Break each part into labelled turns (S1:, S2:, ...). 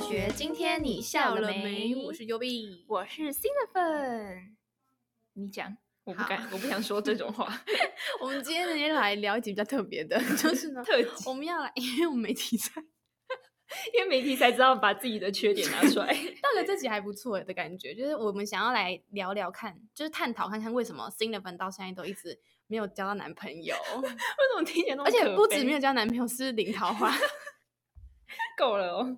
S1: 学，今天你笑了没？我是 Yubi，
S2: 我是新的份。你讲，我不敢，我不想说这种 话。
S1: 我们今天直接来聊一集比较特别 的，就是呢，
S2: 特辑，
S1: 我们要来，因为我们没题材，
S2: 因为媒体才知道把自己的缺点拿出来。
S1: 到了这集还不错的感觉，就是我们想要来聊聊看，就是探讨看看为什么新的份到现在都一直没有交到男朋 友，
S2: 为什么听起来那么
S1: 而且
S2: 可
S1: 不止
S2: 悲
S1: 没有交男朋友，是零桃花。
S2: 够了哦？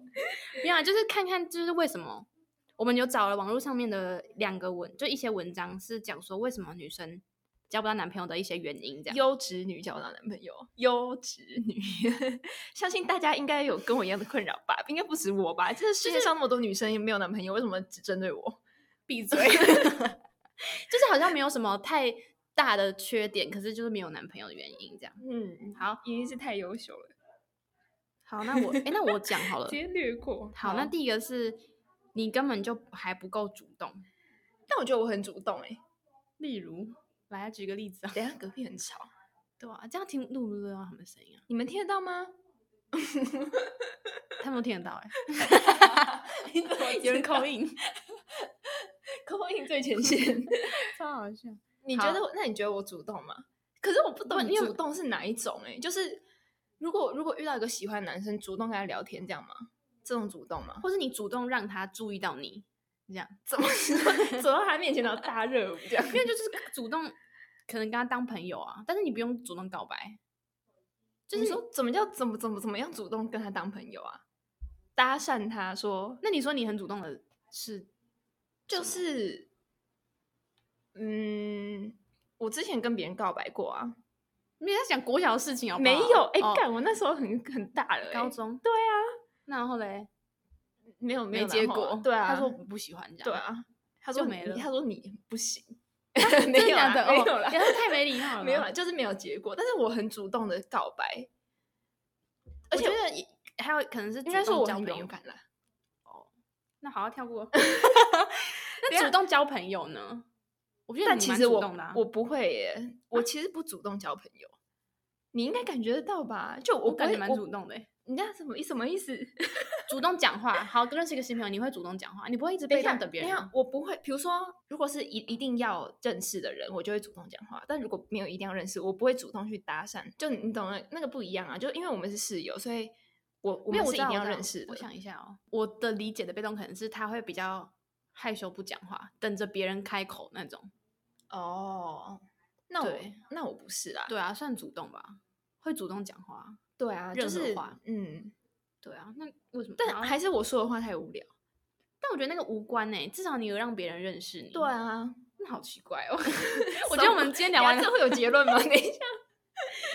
S1: 没有啊，就是看看就是为什么我们有找了网络上面的两个文，就一些文章是讲说为什么女生交不到男朋友的一些原因，这样。
S2: 优质女交到男朋友，优质女， 相信大家应该有跟我一样的困扰吧？应该不止我吧？这世界上那么多女生也没有男朋友，为什么只针对我？闭嘴！
S1: 就是好像没有什么太大的缺点，可是就是没有男朋友的原因这样。
S2: 嗯，
S1: 好，
S2: 一定是太优秀了，
S1: 好，那我哎、那我讲好了
S2: 直。接略过。
S1: 好，那第一个是你根本就还不够主动。
S2: 但我觉得我很主动哎、
S1: 例如，来举个例子啊。
S2: 等一下隔壁很吵，
S1: 对啊，这样听录不录得到他们声音啊？
S2: 你们听得到 吗？
S1: 他们都听得 到哎、哎
S2: 你 怎么
S1: 有人
S2: 知道
S1: 口音，
S2: 口音最前线。
S1: 超好笑。
S2: 你觉
S1: 好
S2: 得我？那你觉得我主动吗？可是我不懂
S1: 嗯
S2: 你
S1: 因为
S2: 主动是哪一种、欸？哎，就是如果如果遇到一个喜欢的男生，主动跟他聊天，这样吗？这种主动 吗？
S1: 或是你主动让他注意到你，这样。
S2: 怎么走到他面前然后大热舞这样？
S1: 因为就是主动，可能跟他当朋友啊，但是你不用主动告白， 就
S2: 就是
S1: 是
S2: 说怎么叫怎么怎么怎么样主动跟他当朋友啊？搭讪他说
S1: 那你说你很主动的是
S2: 就是，嗯，我之前跟别人告白过啊，
S1: 没有在讲国小的事情好不好
S2: 没有哎，
S1: 哦
S2: 干、我那时候很很大了、欸，
S1: 高中
S2: 对啊，
S1: 然后嘞
S2: 没有没
S1: 没
S2: 有
S1: 结
S2: 然后啊
S1: 果，
S2: 对啊，
S1: 他说我不喜欢这样，
S2: 对，啊，他
S1: 就
S2: 说
S1: 没
S2: 你
S1: 了
S2: 他说你不 行，
S1: 真
S2: 没
S1: 的
S2: 有
S1: 假
S2: 啦，
S1: 的？
S2: 没
S1: 哦
S2: 有啦
S1: 也，是太没礼貌了，
S2: 没有啦，。就是没有结果。但是我很主动的告白，
S1: 而
S2: 而
S1: 且
S2: 且
S1: 还有可能是
S2: 应该
S1: 主
S2: 说
S1: 动
S2: 我
S1: 交
S2: 很
S1: 朋
S2: 勇
S1: 友，
S2: 敢啦。
S1: 那好好跳过。
S2: 啊等一
S1: 那
S2: 下
S1: 主动交朋友呢？我觉得
S2: 但
S1: 你
S2: 其
S1: 蛮
S2: 实
S1: 主
S2: 我
S1: 动的啊
S2: 我不 会耶，我其实不主动交朋友，你应该感觉得到吧？就我
S1: 我
S2: 不
S1: 感觉
S2: 会
S1: 蛮
S2: 我
S1: 主动的欸，
S2: 你那什么意什么意思？
S1: 主动讲话。好，认识一个新朋友，你会主动讲话，你不会一直
S2: 等一
S1: 被
S2: 下
S1: 动等别
S2: 等
S1: 人
S2: 一
S1: 啊。
S2: 下我不会。比如说，如果是一一定要认识的人，我就会主动讲话；但如果没有一定要认识，我不会主动去搭讪。就你你懂的，那个不一样啊。就因为我们是室友，所以我我
S1: 没有，
S2: 们
S1: 我
S2: 是
S1: 知
S2: 一
S1: 道我
S2: 定要
S1: 知道
S2: 认识的
S1: 我。想一下哦，我的理解的被动可能是他会比较害羞不讲话，等着别人开口那种。
S2: 哦，那我
S1: 对
S2: 那我不是啦。
S1: 对啊，算主动吧，会主动讲话。
S2: 对啊，
S1: 任
S2: 就
S1: 何
S2: 是
S1: 话
S2: 嗯，
S1: 对啊，那为什么？然
S2: 但
S1: 后
S2: 还是我说的话太无聊。
S1: 但我觉得那个无关呢、至少你有让别人认识你。
S2: 对，啊，
S1: 那好奇怪 哦。我
S2: 什
S1: 觉得我
S2: 么
S1: 们今天聊
S2: 聊
S1: 完
S2: 完
S1: 了
S2: 这，会有结论吗？ 等一下，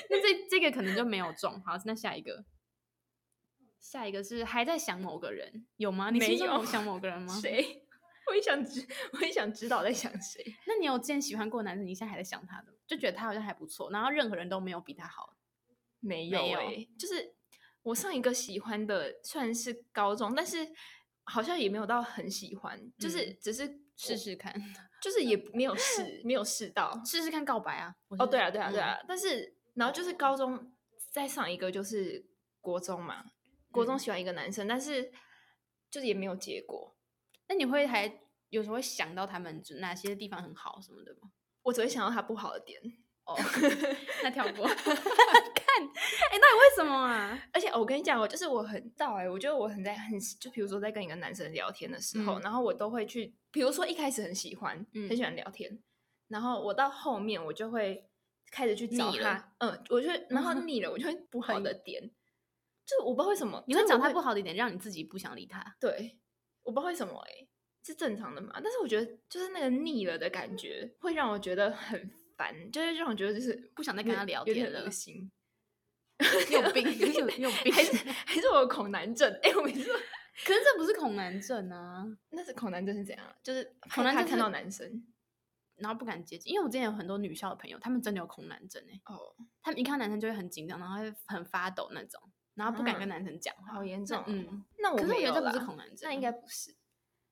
S1: 那这这个可能就没有中。好，那下一个，下一个是还在想某个人，有吗？你
S2: 没
S1: 心中
S2: 有
S1: 有想某个 人吗？
S2: 谁？我也想知，我也想知道在想谁。
S1: 那你有之前喜欢过的男生，你现在还在想他的吗，就觉得他好像还不错，然后任何人都没有比他好。
S2: 没 有
S1: 没有欸
S2: 哎、就是我上一个喜欢的算是高中，但是好像也没有到很喜欢，就是
S1: 嗯
S2: 只是
S1: 试
S2: 我，
S1: 试看，
S2: 就是也没有试，没有试到。
S1: 试试看告白啊！我
S2: 哦，
S1: 是
S2: 对啊，对啊，对
S1: 嗯
S2: 啊，但是然后就是高中再上一个就是国中嘛，国中
S1: 嗯
S2: 喜欢一个男生，但是就是也没有结果，
S1: 那你会还有时候会想到他们就哪些地方很好什么的吗？
S2: 我只会想到他不好的点。
S1: 哦， 那跳过。 看，哎、到底为什么啊？
S2: 而且我跟你讲，我就是我很到哎、我觉得我很在很就比如说在跟一个男生聊天的时候，
S1: 嗯
S2: 然后我都会去，比如说一开始很喜欢，
S1: 嗯
S2: 很喜欢聊天，然后我到后面我就会开始去找
S1: 腻
S2: 他，嗯，我就 然后腻了，我就会不好
S1: 很
S2: 的点，就是我不知道为什么，
S1: 你
S2: 就
S1: 会
S2: 是
S1: 找
S2: 我
S1: 他不好的一点，让你自己不想理 他。
S2: 对，我不知道为什么哎、是正常的嘛？但是我觉得就是那个腻了的感觉，会让我觉得很烦，就是让我觉得就是
S1: 不想再跟他聊
S2: 有
S1: 天
S2: 点
S1: 了
S2: 恶心。
S1: 你有病，你有你有病。
S2: 还是还是我有恐男症？哎、我每次都
S1: 可是这不是恐男症啊，
S2: 那是恐男症是怎样？啊就是
S1: 恐
S2: 恐
S1: 男
S2: 男
S1: 症
S2: 看
S1: 是
S2: 到男生
S1: 然后不敢接近，因为我之前有很多女校的朋友，他们真的有恐男症哎、
S2: 哦，
S1: 他们一看到男生就会很紧张，然后会很发抖那种，然后不敢跟
S2: 嗯
S1: 男生讲话。
S2: 好严重
S1: 那
S2: 哦。
S1: 嗯，
S2: 那我
S1: 可是我
S2: 没
S1: 觉得
S2: 有
S1: 这不是
S2: 啦
S1: 恐男嗯症，啊
S2: 那应该不是，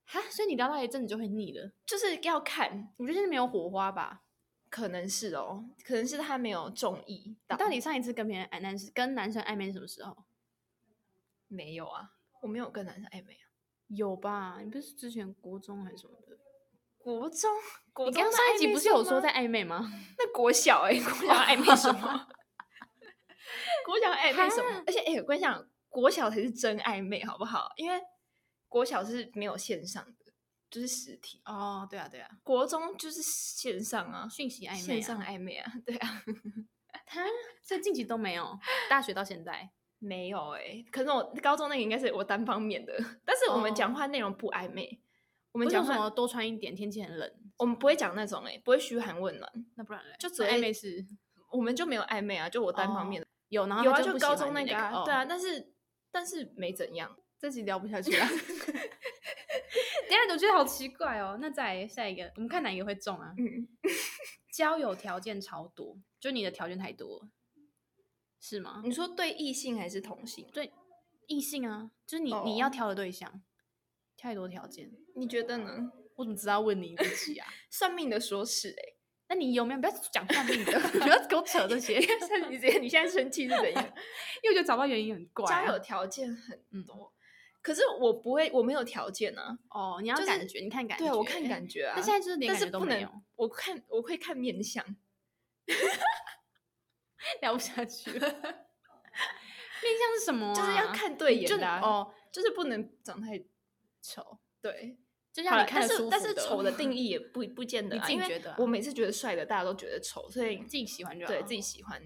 S1: 哈，所以你聊到一阵你就会腻了。
S2: 就是要看，
S1: 我觉得是没有火花吧。
S2: 可能是哦，可能是他没有中意
S1: 你到底上一次跟别人暧男跟男生暧昧是什么时候？
S2: 没有啊？我没有跟男生暧昧啊，
S1: 有吧？你不是之前国中还是什么的？
S2: 国中，国
S1: 你
S2: 中
S1: 刚
S2: 在
S1: 上一
S2: 暧
S1: 集
S2: 昧
S1: 不是
S2: 什
S1: 有说
S2: 么
S1: 在暧昧吗？
S2: 那国小哎、欸，国小暧昧什么？ 国小暧昧什么？而且哎、欸我跟你讲，国小才是真暧昧，好不好？因为国小是没有线上的，就是实体；
S1: 哦，对啊，对啊，
S2: 国中就是线上啊，
S1: 讯息暧昧、啊，
S2: 线上暧昧啊， 对啊，
S1: 他所以近期都没有，大学到现在
S2: 没有哎、可是我高中那个应该是我单方面的， 但是我们
S1: 哦
S2: 讲话内容不暧昧，我
S1: 我
S2: 们讲
S1: 什么
S2: 话
S1: 多穿一点，天气很冷，
S2: 我们不会讲那种哎、不会嘘寒问暖，
S1: 那不然嘞哎
S2: 就
S1: 那
S2: 只会
S1: 暧昧是
S2: 我们就没有暧昧啊，就我单方面的，
S1: 有，然后
S2: 有
S1: 他
S2: 啊，
S1: 就
S2: 就
S1: 不喜
S2: 高
S1: 欢
S2: 中
S1: 你那
S2: 个啊，
S1: 哦
S2: 对啊，但是但是没怎样。
S1: 这集聊不下 去了。等一下我觉得好奇怪哦。那再来下一个，我们看哪一个会中啊？
S2: 嗯，
S1: 交友条件超多，就你的条件太多了，是吗？
S2: 你说对异性还是同性？
S1: 对，异性啊，就是你、你
S2: 哦
S1: 要挑的对象，太多条件，
S2: 你觉得呢？
S1: 我怎么知道问你自己啊？
S2: 算命的说是哎、
S1: 那你有没有不要讲算命的，不要给我扯这些，
S2: 欸，像你这样你现在生气是怎样？
S1: 因为我觉得找不到原因很怪、啊。
S2: 交友条件很
S1: 嗯
S2: 多，可是我不会，我没有条件啊。
S1: 哦，你要
S2: 就是
S1: 感觉，你看感觉，
S2: 对，我看感觉啊。
S1: 但现在就是连感
S2: 但是
S1: 觉都
S2: 不
S1: 没有，
S2: 能，我看我会看面相，
S1: 聊不下去 了。面相是什么、啊？
S2: 就是要看对眼
S1: 就
S2: 的、啊、，
S1: 哦，
S2: 就是不能长太
S1: 丑，
S2: 对。
S1: 就
S2: 好
S1: 让你
S2: 啦
S1: 看得
S2: 但是
S1: 舒服
S2: 但是丑的
S1: 的
S2: 定义也不 不见得、
S1: 你
S2: 啊，
S1: 自己
S2: 因为
S1: 觉得啊
S2: 我每次觉得帅的，大家都觉得丑，所以
S1: 自己啊喜欢就好。
S2: 对自己喜欢，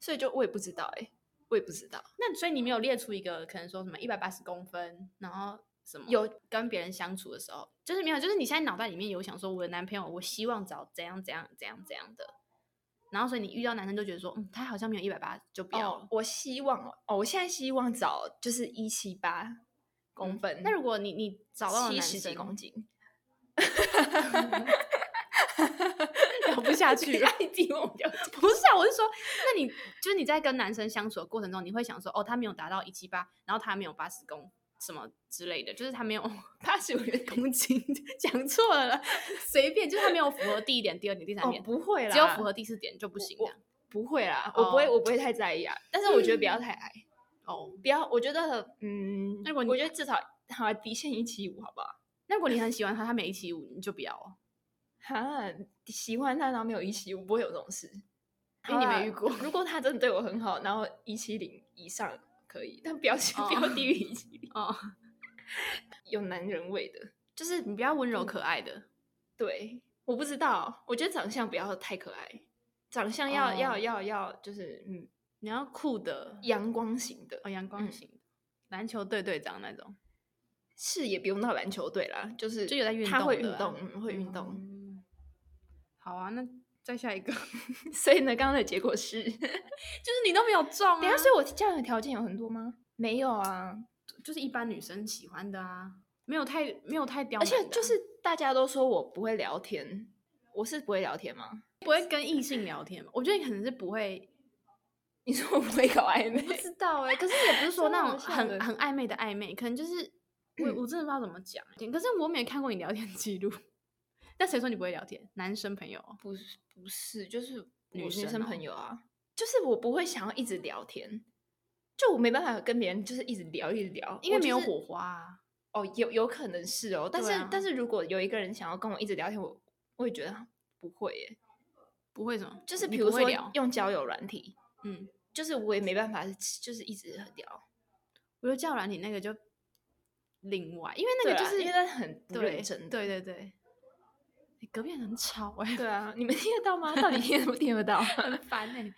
S2: 所以就我也不知道哎、我也不知道。
S1: 那所以你没有列出一个可能说什么一百八十公分，然后什么
S2: 有
S1: 跟别人相处的时候，就是没有，就是你现在脑袋里面有想说我的男朋友，我希望找怎样怎样怎样怎样的，然后所以你遇到男生就觉得说，嗯，他好像没有一百八就不要了。
S2: 哦，我希望哦，哦，我现在希望找就是一七八公分，
S1: 嗯那如果你你找到
S2: 七
S1: 了
S2: 十
S1: 男
S2: 几
S1: 生
S2: 公斤，。
S1: 聊不下去了
S2: 你自己问我就讲
S1: 不是啊，我是说，那你就是你在跟男生相处的过程中，你会想说，哦，他没有达到一七八，然后他没有八十公什么之类的，就是他没有
S2: 八十五
S1: 公斤，讲错了啦，随便，就是他没有符合第一点、第二点、第三
S2: 哦
S1: 点，，
S2: 不会啦，
S1: 只有符合第四点就不行
S2: 我
S1: 这样。
S2: 不会啦，我不会，
S1: 哦
S2: 我不会太在意啊，但是我觉得不要太矮，
S1: 哦，
S2: 不要，我觉得嗯，
S1: 那如果你
S2: 我觉得至少好啊底线一七五，好不好？
S1: 那如果你很喜欢他，他没一七五，你就不要哦，
S2: 哈，喜欢他然后没有一七五，不会有这种事，
S1: 因为你
S2: 好啦啊
S1: 没遇过。
S2: 如果他真的对我很好，然后一七零以上可以，但不要
S1: 哦
S2: 不要低于一七零，
S1: 哦，
S2: 有男人味的，就是
S1: 你不要温
S2: 嗯
S1: 柔可爱的，
S2: 对，我不知道，我觉得长相不要太可爱，长相要、要
S1: 哦
S2: 要要就是嗯，
S1: 你要酷的，
S2: 阳光型的，
S1: 哦，阳光
S2: 嗯
S1: 型的，篮球队队长那种，
S2: 是也不用到篮球队啦，就是
S1: 就有在运
S2: 他会
S1: 动
S2: 运
S1: 的啊
S2: 动，嗯，会运动，
S1: 嗯。好啊，那再下一个，就是
S2: 所以呢，刚刚的结 果是，等
S1: 你都没有中啊。
S2: 一下，所以我这样的条件有很多吗？没有啊，
S1: 就是一般女生喜欢的啊，没有太没有太刁
S2: 而
S1: 难的啊，
S2: 且就是大家都说我不会聊天，我是不会聊天吗？
S1: 不会跟异性聊天嘛。我觉得你可能是不会，
S2: 你说我不会搞暧昧
S1: 不？知道哎、可是也不是说
S2: 真的
S1: 那
S2: 好
S1: 种
S2: 笑
S1: 很
S2: 的
S1: 很暧昧的暧昧，可能就是我我真的不知道怎么讲欸。可是我没有看过你聊天记录，但谁说你不会聊天？男生朋友哦
S2: 不是不是，就是我
S1: 女
S2: 女
S1: 生
S2: 生
S1: 哦
S2: 朋友啊，就是我不会想要一直聊天，就我没办法跟别人就是一直聊一直聊，
S1: 因为
S2: 我
S1: 没
S2: 就
S1: 有
S2: 是
S1: 火花、啊。
S2: 哦，有有可能是哦，但是、
S1: 对啊
S2: 但是如果有一个人想要跟我一直聊天，我我也觉得不会耶，
S1: 不会什么，
S2: 就是比
S1: 你
S2: 如
S1: 不会
S2: 说
S1: 聊，
S2: 用交友软体，
S1: 嗯，
S2: 就是我也没办法，就是一直聊，
S1: 我觉得叫软体那个就另外，因为那个
S2: 对
S1: 就
S2: 啊
S1: 是
S2: 因为那很不
S1: 对
S2: 认真 的，
S1: 对对对，欸隔壁很吵哎、
S2: 对啊，你们听得到吗？ 到底听不听得到？
S1: 很烦哎、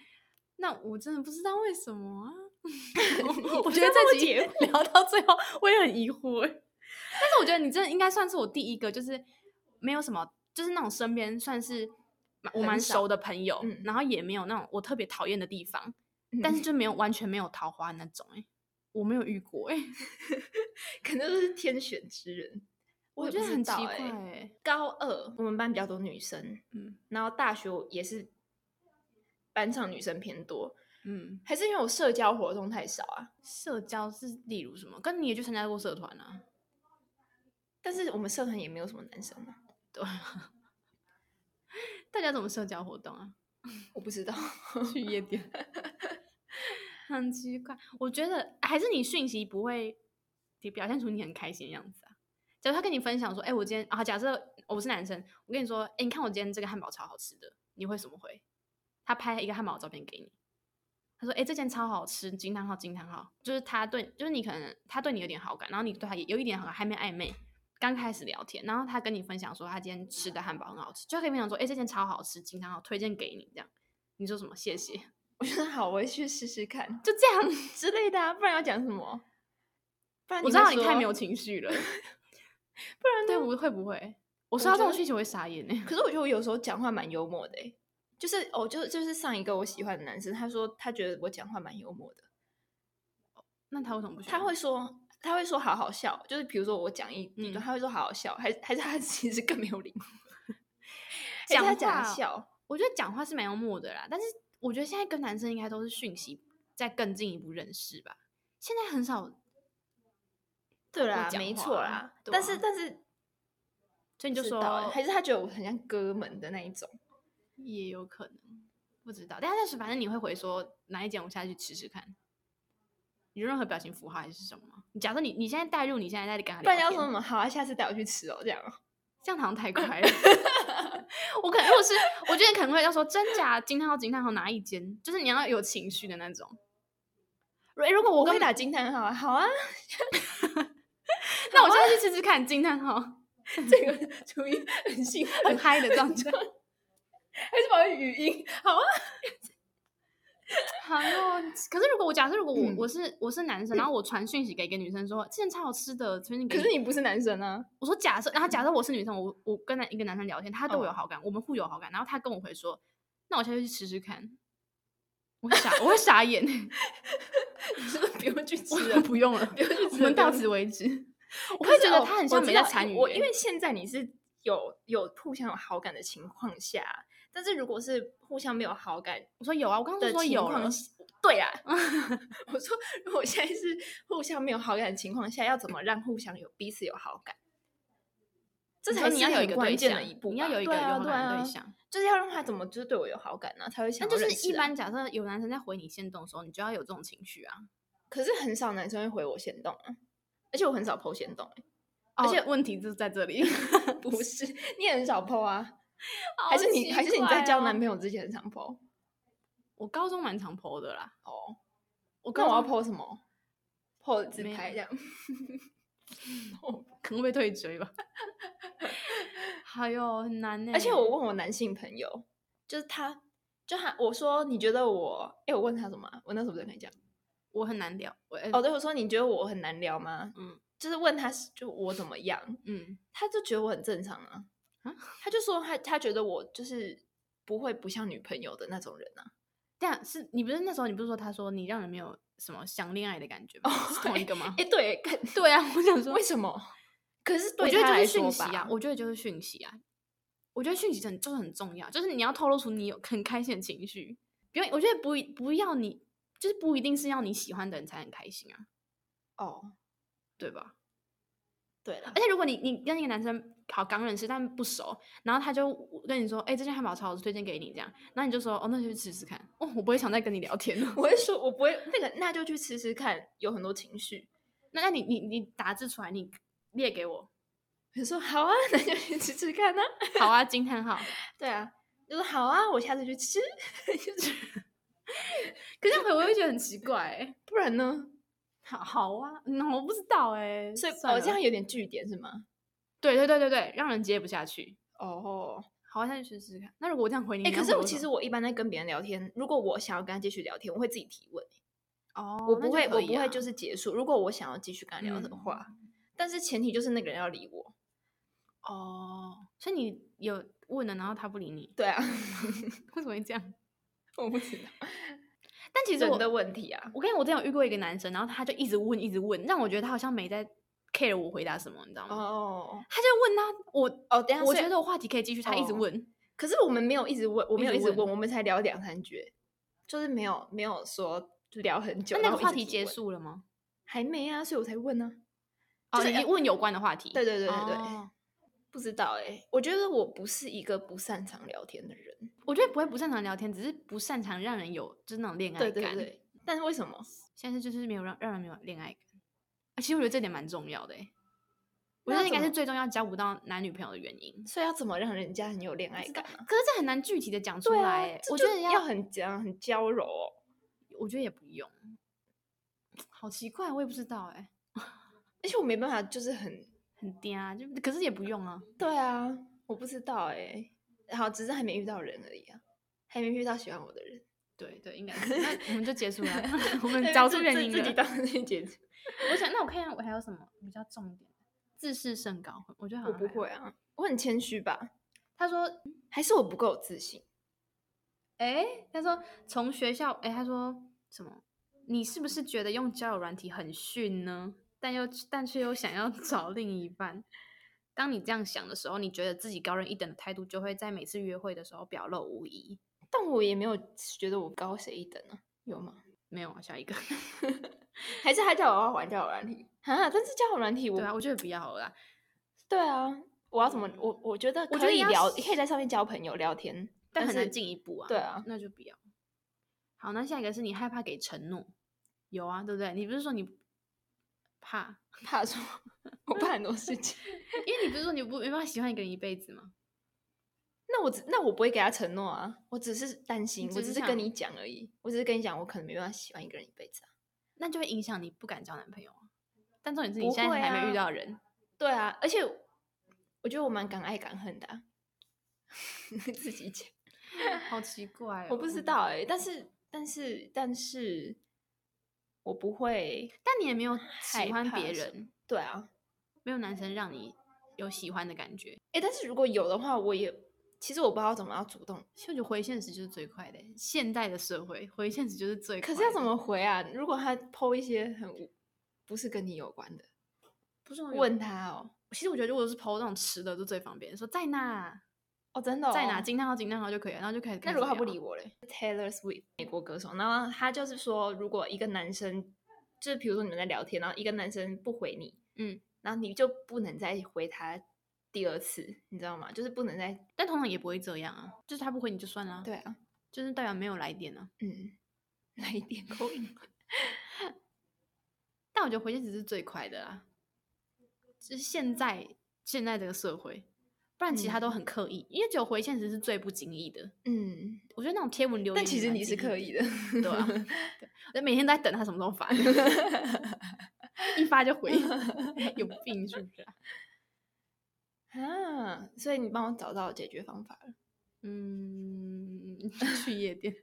S1: 那我真的不知道为什么 啊
S2: 你。不
S1: 我觉
S2: 知
S1: 得
S2: 道
S1: 这集
S2: 结
S1: 聊到最后，我也很疑惑欸、但是我觉得你真的应该算是我第一个，就是没有什么，就是那种身边算是蛮我
S2: 很
S1: 蛮
S2: 少
S1: 熟的朋友，
S2: 嗯
S1: 然后也没有那种我特别讨厌的地方，但是就没有完全没有桃花那种哎、我没有遇过哎、
S2: 可能就是天选之人，
S1: 我
S2: 也
S1: 觉
S2: 不
S1: 得
S2: 知
S1: 很奇
S2: 道
S1: 怪
S2: 欸
S1: 哎、
S2: 高二我们班比较多女生，
S1: 嗯
S2: 然后大学我也是班上女生偏多，
S1: 嗯，
S2: 还是因为我社交活动太少啊？
S1: 社交是例如什么？跟你也去参加过社团啊？
S2: 但是我们社团也没有什么男生啊，
S1: 对啊，大家怎么社交活动啊？
S2: 我不知道。
S1: 去夜店，很奇怪。我觉得还是你讯息不会，你表现出你很开心的样子啊。假如他跟你分享说，哎、我今天啊，假设我是男生，我跟你说，哎、你看我今天这个汉堡超好吃的，你会什么回？他拍一个汉堡的照片给你，他说，哎、这件超好吃，惊叹号惊叹号，就是他对，就是你可能他对你有点好感，然后你对他也有一点好感，还没暧昧。刚开始聊天，然后他跟你分享说他今天吃的汉堡很好吃，就他可以分享说，哎、这件超好吃，惊叹号推荐给你这样。你说什么？谢谢，
S2: 我觉得好，我会去试试看
S1: 就这样。
S2: 之类的啊，不然要讲什么？不然
S1: 我
S2: 会
S1: 知道你太
S2: 说
S1: 没有，情绪了，
S2: 不然
S1: 对，
S2: 对。
S1: 我会 不会？我
S2: 我
S1: 收到
S2: 觉
S1: 这种
S2: 得
S1: 讯息我会傻眼呢、欸
S2: 可是我觉得我有时候讲话蛮幽默的、欸，就是哦，就就是上一个我喜欢的男生，他说他觉得我讲话蛮幽默的，
S1: 那他为什么不喜欢？
S2: 他会说他会说好好笑，就是比如说我讲一一段，
S1: 嗯哎
S2: 他会说好好笑，还还是他 其实更没有灵 魂，还是
S1: 讲
S2: 他
S1: 话
S2: 假
S1: 哦
S2: 笑，
S1: 我觉得讲话是蛮幽默的啦，但是我觉得现在跟男生应该都是讯息在更进一步认识吧。现在很少，
S2: 对
S1: 过
S2: 啦，
S1: 讲
S2: 没
S1: 话
S2: 错
S1: 啊
S2: 啦，
S1: 对
S2: 但是
S1: 啊
S2: 但是
S1: 所以
S2: 你
S1: 你就说、
S2: 还是他觉得我很像哥们的那一种，
S1: 也有可能，不知道。但但是反正你会回说哪一间，我下次去吃吃看。有任何表情符号还是什么吗？你假设你你现在带入你现在在跟他
S2: 不然
S1: 聊
S2: 要说
S1: 天
S2: 什，么好啊，下次带我去吃哦，这样哦
S1: 这样好像太快了。 我可能如果是，我觉得你可能会要说真假惊叹号惊叹号哪一间，就是你要有情绪的那种。诶哎如果我
S2: 我
S1: 跟
S2: 会打惊叹号啊，好啊，
S1: 那我现在去吃吃看惊叹号，
S2: 这个处于很兴奋
S1: 很嗨的状态。
S2: 还是把语音好啊？
S1: 好哟，可是如果我假设如果我、
S2: 嗯
S1: 我是我是男生，然后我传讯息给一个女生说，这件超好吃的，推荐给
S2: 可
S1: 你。
S2: 是你嗯不是男生啊，
S1: 我说假设，然后假设我是女生，我我跟男一个男生聊天，他对我有
S2: 嗯
S1: 好感，我们互有好感，然后他跟我回说，那我下次去吃吃看， 我会傻，我会傻眼，
S2: 你真的 不用去
S1: 我
S2: 吃了，
S1: 不用 了，
S2: 不用去吃了。
S1: 我们
S2: 不用
S1: 到
S2: 去
S1: 此为止。我
S2: 可
S1: 会
S2: 是
S1: 觉得
S2: 哦
S1: 他很
S2: 我
S1: 像
S2: 知
S1: 没在
S2: 道
S1: 参
S2: 因
S1: 与
S2: 我
S1: 欸
S2: 因为现在你是有有互相有好感的情况下，但是如果是互相没有好感
S1: 我说有啊，我刚刚就
S2: 的
S1: 说
S2: 情
S1: 有了
S2: 况，下，对 啊，我说如果现在是互相没有好感的情况下，要怎么让互相有彼此有好感？这
S1: 你
S2: 才
S1: 说你
S2: 是
S1: 要有
S2: 很
S1: 一个
S2: 关
S1: 对
S2: 键
S1: 象
S2: 的一步吧，
S1: 你要有一个
S2: 对
S1: 有
S2: 啊
S1: 好
S2: 对
S1: 感的
S2: 啊
S1: 对象。
S2: 就是要让他怎么就是对我有好感呢、才会想
S1: 那
S2: 要
S1: 就
S2: 认
S1: 是
S2: 识
S1: 一
S2: 啊
S1: 般假设有男生在回你线动的时候，你就要有这种情绪啊。
S2: 可是很少男生会回我先动啊，而且我很少 PO 先动、 欸，
S1: 而且问题就是在这 里，
S2: 不是 你也很少 PO 啊，还是你还是你在交男
S1: 友？
S2: 朋友之前很常 PO
S1: 我高中蛮常 PO 的啦，
S2: 哦？
S1: 我
S2: 那
S1: 高
S2: 我要
S1: 中
S2: PO 什么？PO 自
S1: 没有
S2: 拍这样，
S1: 可能会被退追 吧。还有很难欸呢、
S2: 而且我问我男性朋友，就是他。就他我说你觉得我哎、我问他什么啊、我那时候不是跟你讲
S1: 嗯我很难聊，我呃
S2: 哦，对，我说你觉得我很难聊吗？
S1: 嗯
S2: 就是问他是就我怎么样，
S1: 嗯，
S2: 他就觉得我很正常啊
S1: 啊，
S2: 他就说他他觉得我就是不会不像女朋友的那种人啊，
S1: 这样是你不是那时候你不是说他说你让人没有什么想恋爱的感觉吗？是同一个吗？
S2: 哎、对，看
S1: 哦对啊，我想说
S2: 为，什么？可是
S1: 我
S2: 对
S1: 觉得
S2: 他
S1: 就
S2: 来
S1: 是
S2: 说
S1: 讯息啊
S2: 吧，
S1: 我觉得就是讯息啊，我觉得讯息很就是很重要，就是你要透露出你有很开心的情绪，不用，我觉得不一不要你就是不一定是要你喜欢的人才很开心啊，
S2: 哦，
S1: 对吧？
S2: 对了
S1: 而，且如果你你跟一个男生好刚认识但不熟，然后他就跟你说，哎、这件汉堡超好吃，推荐给你这样，然后你就说，哦，那就去吃吃看。哦，我不会想再跟你聊天了。
S2: 我会说，我不会那个，那就去吃吃看，有很多情绪。
S1: 那那你你你打字出来，你列给我，
S2: 我就说好啊， 那就去吃吃看啊。
S1: 好啊，惊叹号。
S2: 对啊，就说好啊，我下次去吃。
S1: 可是回我会觉得很奇怪、欸，
S2: 哎不然呢？
S1: 好好啊，嗯，我不知道哎、
S2: 所以
S1: 算
S2: 哦，这
S1: 了
S2: 样有点据点是吗？
S1: 对对对对对，让人接不下去。
S2: 哦，
S1: 好啊，下去试试看。那如果我这样回你，
S2: 哎、
S1: 你
S2: 可
S1: 要
S2: 是
S1: 回
S2: 我
S1: 我
S2: 其
S1: 什
S2: 实
S1: 么
S2: 我一般在跟别人聊天，如果我想要跟他继续聊天，我会自己提问，
S1: 哦，
S2: 我不会，我不会
S1: 是。
S2: 就是啊结束。如果我想要继续跟他聊的
S1: 嗯
S2: 话，但是前提就是那个人要理我。
S1: 哦，所以你有问了，然后他不理你，
S2: 对啊，
S1: 为什么会这样？
S2: 我不知道
S1: 但其实
S2: 人
S1: 我
S2: 的问题啊。
S1: 我跟你讲，我之前有遇过一个男生，然后他就一直问，一直问，让我觉得他好像没在 care 我回答什么，你知道吗？
S2: 哦
S1: 他就问他，我
S2: 哦，等一下，
S1: 我
S2: 所以
S1: 觉得我话题哎可以继续，他一直
S2: 哦
S1: 问，
S2: 可是我们没有一直问，我
S1: 一
S2: 没有
S1: 直
S2: 一直
S1: 问
S2: 问，我们才聊两三句，就是没有没有说就聊很久。
S1: 那那
S2: 然
S1: 个
S2: 后一
S1: 话
S2: 直
S1: 题
S2: 提
S1: 结
S2: 问
S1: 束了吗？
S2: 还没啊，所以我才问呢、
S1: 哦，
S2: 就是
S1: 你问有关的话题，
S2: 对对对对对，
S1: 哦
S2: 不知道哎、我觉得我不是一个不擅长聊天的人。
S1: 我觉得不会不擅长聊天，只是不擅长让人有就是那种恋爱
S2: 对
S1: 感。
S2: 对对，但是为什么？
S1: 现在就是没有让让人没有恋爱感，啊其实我觉得这点蛮重要的欸，我觉得
S2: 那要
S1: 应
S2: 怎
S1: 该是
S2: 么
S1: 最重要交不到男女朋友的原因。
S2: 所以要怎么让人家很有恋爱
S1: 知道
S2: 感啊？
S1: 可是这很难具体的讲出
S2: 对啊
S1: 来欸、
S2: 这
S1: 我
S2: 就
S1: 觉得
S2: 要很讲很娇柔哦。
S1: 我觉得也不用，好奇怪，我也不知道哎、
S2: 而且我没办法，就是很
S1: 很嗲、啊，就可是也不用啊。
S2: 对啊，我不知道哎、好，只是还没遇到人而已啊，还没遇到喜欢我的人。
S1: 对对，应该是。那我们就结 束了，我
S2: 对
S1: 们
S2: 对
S1: 嗯找
S2: 自
S1: 出原
S2: 自
S1: 因
S2: 自己
S1: 了。
S2: 当自己解决。
S1: 我想，那我看看我还有什么比较重点的，自视甚高，我觉得好像
S2: 我不
S1: 还好。
S2: 会啊，我很谦虚吧？
S1: 他说，
S2: 还是我不够有自信？
S1: 哎、他说从学校，哎、他说什么？你是不是觉得用交友软体很逊呢？但又但却又想要 找另一半。当你这样想的时候，你觉得自己高人一等的态度就会在每次约会的时候表露无遗。
S2: 但我也没有觉得我高谁一等啊，有吗？
S1: 没有啊，下一个。
S2: 还是他叫我要玩交友软体啊？但是交友软体我
S1: 对啊，我觉得比较好啦。
S2: 对啊，我要怎么？我我觉得
S1: 我觉
S2: 可
S1: 得
S2: 以
S1: 要
S2: 聊，
S1: 是
S2: 可以在上面交朋友、聊天，
S1: 但很难
S2: 是
S1: 进一步啊。
S2: 对啊，
S1: 那就不要。好，那下一个是你害怕给承诺，有啊，对不对？你不是说你怕，
S2: 怕说，我怕很多事 情。
S1: 因为你不是说你不没办法喜欢一个人一辈子吗？
S2: 那我只那我不会给他承诺啊，我只是担心，我
S1: 只
S2: 只
S1: 是
S2: 是跟
S1: 想
S2: 你讲而已，我只是跟你讲，我可能没办法喜欢一个人一辈子啊。
S1: 那就会影响你不敢交男朋友啊。但重点是你
S2: 不
S1: 现在
S2: 会
S1: 还没
S2: 啊
S1: 遇到人，
S2: 对啊，而且我觉得我蛮敢爱敢恨的、啊， 自己讲，
S1: 好奇怪、哦。
S2: 我不知，道哎、但是但是但是我不会，
S1: 但你也没有
S2: 害
S1: 喜欢
S2: 怕
S1: 别
S2: 什
S1: 人，
S2: 对啊，
S1: 没有男生让你有喜欢的感觉。
S2: 哎、但是如果有的话，我也其实我不知道怎么要主动，
S1: 其实我觉得回现实就是最快的欸，现代的社会回现实就是最快
S2: 可
S1: 的。
S2: 是要怎么回啊？如果他抛一些很无不是跟你有关的，
S1: 不是
S2: 问？他哦，
S1: 其实我觉得如果是抛这种吃的，就最方便，说在哪。
S2: 哦真的、哦、
S1: 在哪惊叹号惊叹号就可以了，然后就开始。
S2: 那如果他不理
S1: 我，
S2: 我嘞？Taylor Swift，美国歌手，然后他就是说，如果一个男生，就是比如说你们在聊天，然后一个男生不回你，
S1: 嗯，
S2: 然后你就不能再回他第二次，你知道吗？就是不能再
S1: 但通常也不会这样啊，就是他不回你就算了、，
S2: 对啊，
S1: 就是代表没有来电啊。
S2: 嗯，来一点勾引。
S1: 但我觉得回现实是最快的啦，就是现
S2: 嗯
S1: 在现在这个社会，不然其他都很刻意，因为只有回现实是最不经意的。
S2: 嗯，
S1: 我觉得那种贴文留言，
S2: 但其实你是刻意
S1: 的，
S2: 的，
S1: 对啊 对，我就每天都在等他什么时候发，一发就 回，有病是不是、啊？
S2: 啊，所以你帮我找到解决方法了。
S1: 嗯， 去夜店。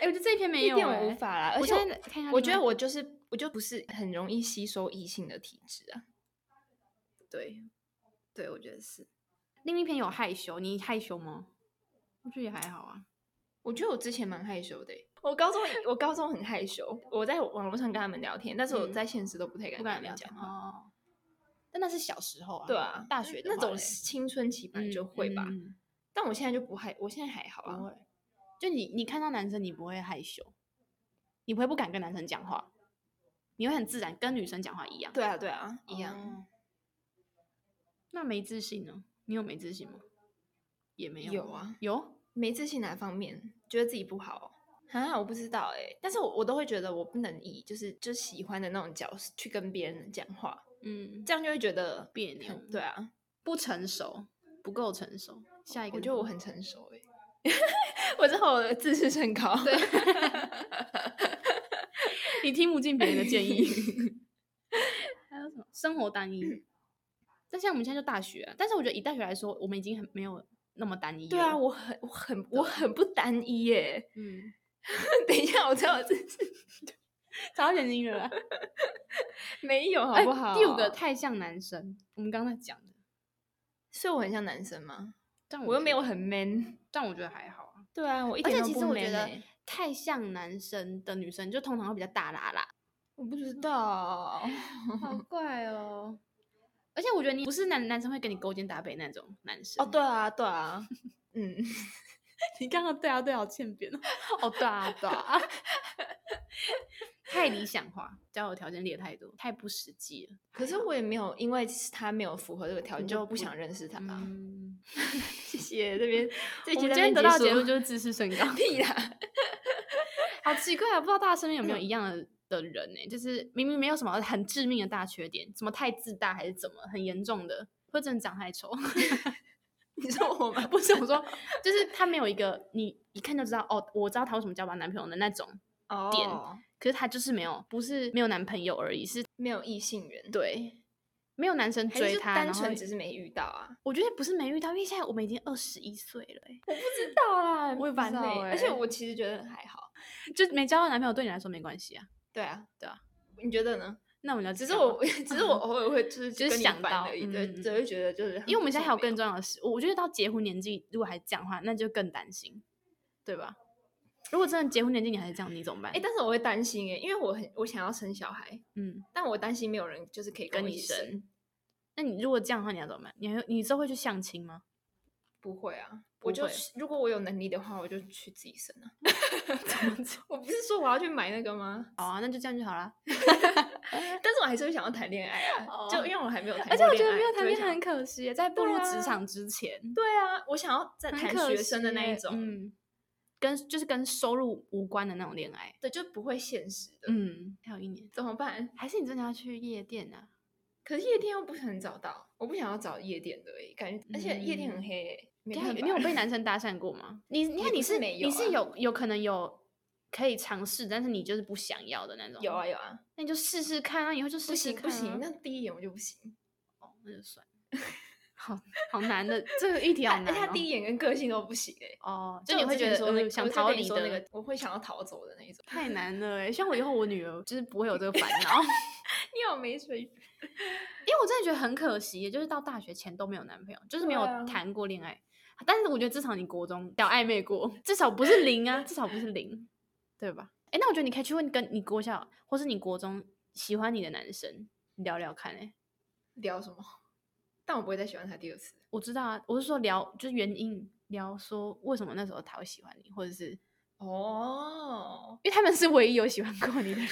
S1: 哎、我觉得这一篇没
S2: 一
S1: 有、
S2: 点
S1: 欸，
S2: 我无法啦，而
S1: 我
S2: 且
S1: 现在看一下
S2: 我
S1: 另
S2: 觉
S1: 外
S2: 得
S1: 一
S2: 我就是我就不是很容易吸收异性的体质啊。
S1: 对，对，我觉得是。另一篇有害羞，你害羞吗？我觉得也还好啊。
S2: 我觉得我之前蛮害羞的欸、我高中我高中很害羞，我在网络上跟他们聊天，但是我
S1: 嗯
S2: 在现实都不太敢
S1: 不
S2: 跟他
S1: 敢
S2: 们
S1: 聊
S2: 讲话。
S1: 哦，但那是小时候啊，
S2: 对啊，
S1: 大学的
S2: 那
S1: 话
S2: 种
S1: 嘞
S2: 青春期本来就会吧，
S1: 嗯嗯哦嗯
S2: 但我现在就不害，我现在还好
S1: 不
S2: 啊。
S1: 会。就你，你看到男生，你不会害羞，你不会不敢跟男生讲话，你会很自然，跟女生讲话一样，
S2: 对啊，对啊，一样。
S1: 哦那没自信呢？你有没自信吗？也没有。
S2: 有啊，
S1: 有。
S2: 没自信哪方面？觉得自己不好啊？我不知道哎、但是我我都会觉得我不能以就是就是喜欢的那种角色去跟别人讲话，
S1: 嗯，
S2: 这样就会觉得
S1: 别扭
S2: 很对啊，
S1: 不成熟，不够成熟。下一个
S2: 我
S1: 是什
S2: 觉得
S1: 么
S2: 我很成熟哎、 我之后自视甚高。对。
S1: 你听不进别人的建议。 嗯还有什么生活单一？但像我们现在就大学、啊，但是我觉得以大学来说，我们已经很没有那么单一了。
S2: 对啊，我很我很我很不单一耶。
S1: 嗯，
S2: 等一下，我知道我这是
S1: 找到原因了啦，
S2: 没有，好
S1: 哎
S2: 不好？
S1: 第五个，太像男生，我们刚才讲的，
S2: 所以我很像男生吗？
S1: 但
S2: 我又没
S1: 觉
S2: 有
S1: 得，
S2: 很 man。
S1: 但我觉得还好啊。
S2: 对啊，我一
S1: 而
S2: 点
S1: 且
S2: 都
S1: 其
S2: 不
S1: 实
S2: man
S1: 我觉得
S2: 欸
S1: 太像男生的女生，就通常会比较大啦啦，
S2: 我不知道，
S1: 好怪哦。而且我觉得你不是男男生会跟你勾肩搭背那种男生
S2: 哦，对啊，对啊，嗯，
S1: 你刚刚对啊对啊，欠扁了。 哦，对啊对 啊，太理想化，交友条件列太多，太不实际了。
S2: 可是我也没有，因为他没有符合这个条件，
S1: 你就
S2: 就不
S1: 不
S2: 想认识他。
S1: 嗯，
S2: 谢谢 这边，这
S1: 我
S2: 期
S1: 们
S2: 到
S1: 今天得
S2: 这边
S1: 到
S2: 结
S1: 结
S2: 束，
S1: 论就是自视甚高
S2: 屁啦，
S1: 好奇怪啊！不知道大家身边有没有一样的的人呢、就是明明没有什么很致命的大缺点，什么太自大还是怎么很严重的，或者真的长太丑。
S2: 你说我吗？
S1: 不是我说，就是他没有一个你一看就知道哦，我知道他为什么交不到男朋友的那种。
S2: 哦
S1: 可是他就是没有，不是没有男朋友而已，是
S2: 没有异性缘，，
S1: 对，没有男生
S2: 还是
S1: 追
S2: 就
S1: 他。
S2: 单
S1: 然后
S2: 纯只是没遇到啊？
S1: 我觉得不是没遇到，因为现在我们已经二十一岁了、欸，
S2: 知道啦
S1: 我也不
S2: 烦
S1: 知
S2: 欸
S1: 道
S2: 而且
S1: 欸
S2: 我其实觉得还好。
S1: 就没交到男朋友对你来说没关系啊。
S2: 对啊，
S1: 对啊，
S2: 你觉得呢？
S1: 那我们要
S2: 只
S1: 只
S2: 是我， 只是我偶尔会就是
S1: 嗯就是
S2: 跟你
S1: 想
S2: 烦
S1: 到
S2: 而已，
S1: 嗯
S2: 对，
S1: 嗯
S2: 只
S1: 嗯
S2: 会觉得就是很
S1: 因为我们现在还有
S2: 不爽
S1: 更重要的事，我我觉得到结婚年纪如果还这样的话，那就更担心，对吧？如果真的结婚年纪你还是这样，你怎么办？
S2: 哎、但是我会担心哎、因为我很我想要生小孩，
S1: 嗯，
S2: 但我担心没有人就是可以
S1: 跟
S2: 我
S1: 你
S2: 一起生，
S1: 生，那你如果这样的话，你要怎么办？你还你之后会去相亲吗？
S2: 不会啊，
S1: 不
S2: 我就
S1: 会
S2: 是如果我有能力的话，我就去自己生啊。
S1: 怎么讲
S2: 我不是说我要去买那个吗？
S1: 好啊，那就这样就好啦。
S2: 但是我还是会想要谈恋爱啊，
S1: 哦
S2: 就因为我还没有谈 过
S1: 而且
S2: 恋爱，
S1: 我觉得没有谈
S2: 就会
S1: 恋
S2: 想
S1: 爱
S2: 要
S1: 很可惜欸耶，在步入
S2: 对
S1: 职
S2: 啊
S1: 场之前，
S2: 对啊，我想要在
S1: 很
S2: 谈
S1: 可
S2: 学生的那
S1: 惜
S2: 一
S1: 耶
S2: 种，
S1: 嗯，跟就是跟收入无关的那种恋爱，
S2: 对，就不会现实的。
S1: 嗯，还有一年，
S2: 怎么办？
S1: 还是你真的要去夜店啊？
S2: 可是夜店又不很找到，我不想要找夜店的哎、感觉而且夜店很黑哎、没
S1: 对啊
S2: 办
S1: 你
S2: 法
S1: 你有 被男生搭讪过吗？你你
S2: 也
S1: 看
S2: 不
S1: 你
S2: 是
S1: 是
S2: 没有
S1: 你是
S2: 啊
S1: 有有可能有可以尝试，但是你就是不想要的那种。
S2: 有啊，有啊，
S1: 那你就试试看啊，以后就
S2: 不
S1: 试试
S2: 行
S1: 看、啊。
S2: 不行，那第一眼我就不行。
S1: 哦，那就算了。 好好难的这个议题好
S2: 他
S1: 难、哦。
S2: 他第一眼跟个性都不行哎、
S1: 哦，
S2: 就
S1: 就你
S2: 我
S1: 会觉
S2: 之前
S1: 得
S2: 说那
S1: 嗯
S2: 个
S1: 想
S2: 我之前
S1: 逃
S2: 跟你
S1: 离
S2: 说那
S1: 的，
S2: 个，我会想要逃走的那一种。
S1: 太难了哎。希望我以后我女儿就是不会有这个烦恼，
S2: 你好没水准，
S1: 因为我真的觉得很可惜，就是到大学前都没有男朋友，就是没有
S2: 对啊
S1: 谈过恋爱。但是我觉得至少你国中小暧昧过，至少不是零啊，至少不是零，对吧？哎，那我觉得你可以去问跟你国小或是你国中喜欢你的男生聊聊看、欸。哎，
S2: 聊什么？但我不会再喜欢他第二次。
S1: 我知道啊，我是说聊就是原因，聊说为什么那时候他会喜欢你，或者是
S2: 哦，
S1: 因为他们是唯一有喜欢过你的人，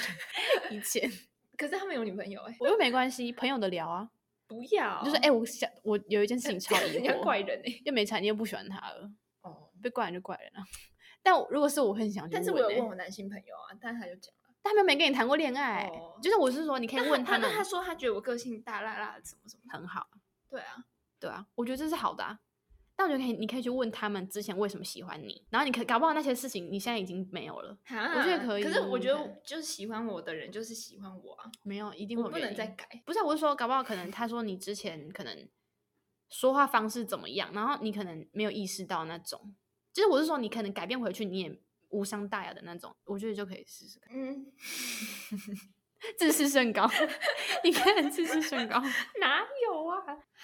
S1: 以前
S2: 可是他们有女朋友哎、
S1: 我又没关系，朋友的聊啊，
S2: 不要，
S1: 你就说哎、欸我想我有一件事情超疑
S2: 人 家
S1: 惑，
S2: 怪人哎、
S1: 又没差，你又不喜欢他了，
S2: 哦，
S1: 被怪人就怪人啊。 但我如果是我，很想去
S2: 但是我
S1: 问
S2: 有
S1: 欸
S2: 问我男性朋友啊，但他就讲了，
S1: 但他们没跟你谈过恋爱，
S2: 哦
S1: 就是我是说，你可以
S2: 但
S1: 问
S2: 他
S1: 们
S2: 但他说他觉得我个性大辣辣的，什么什么的。
S1: 很好，
S2: 对啊，
S1: 对啊，我觉得这是好的、啊。但我觉得可以，你可以去问他们之前为什么喜欢你，然后你可搞不好那些事情你现在已经没有了，
S2: 我
S1: 觉得可以
S2: 可是我
S1: 嗯
S2: 觉得
S1: 对
S2: 我就是喜欢我的人就是喜欢我啊，
S1: 没有一定会
S2: 我
S1: 有
S2: 不
S1: 原
S2: 能再
S1: 因
S2: 改。
S1: 不是啊、我是说，搞不好可能他说你之前可能说话方式怎么样，然后你可能没有意识到那种，就是我是说你可能改变回去，你也无伤大雅的那种，我觉得就可以试试看。
S2: 嗯，
S1: 自视甚高， 你看自视甚 高，
S2: 哪有啊？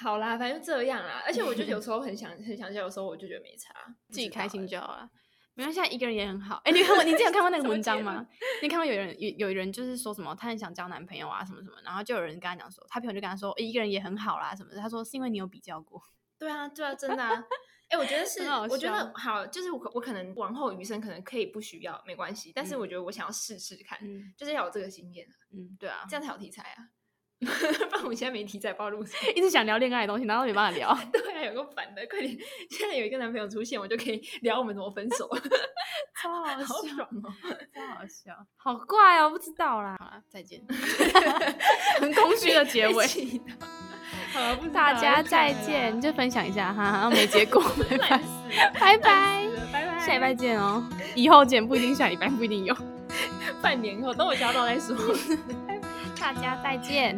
S2: 好啦，反正就这样啦。而且我就有时候很想很想笑，有时候我就觉得没 差，不
S1: 自己
S2: 知
S1: 开
S2: 道
S1: 心
S2: 欸。
S1: 就好了。没关系啊，一个人也很好。哎、你看过你之前有看过那
S2: 什
S1: 个
S2: 么
S1: 文章
S2: 结论
S1: 吗？你看过有人有有人就是说什么，他很想交男朋友啊，什么什么，然后就有人跟他讲说，他朋友就跟他说，哎一个人也很好啦，什么的。他说是因为你有比较过，
S2: 对啊，对啊，真的啊。哎、我觉得是，
S1: 很好
S2: 我觉
S1: 笑
S2: 得好，就是我可我可能往后余生可能可以不需要，没关系。但是
S1: 嗯
S2: 我觉得我想要试试看，
S1: 嗯
S2: 就是要有这个经验啊，
S1: 嗯，对啊
S2: 这，样才有题材啊。 不然我现在没题材暴露什么。
S1: 一直想聊恋爱的东西，然后没办法聊。
S2: 对啊，有个反的，快点！现在有一个男朋友出现，我就可以聊我们怎么分 手，
S1: 超好
S2: 好爽哦！
S1: 超好笑， 好怪哦，不知道啦。好啦，再见， 很空虚的 结尾
S2: 被。气到好了，不知
S1: 大
S2: 道
S1: 家再，
S2: 就
S1: 见，就分享一下哈，好像没结 果，拜
S2: 这样啦
S1: 拜拜
S2: 烂，死了，烂
S1: 拜
S2: 死，了拜拜，
S1: 下礼拜见哦，以后见不一定下礼拜不一定有，
S2: 半年后，等我交到再说。
S1: 大家再见。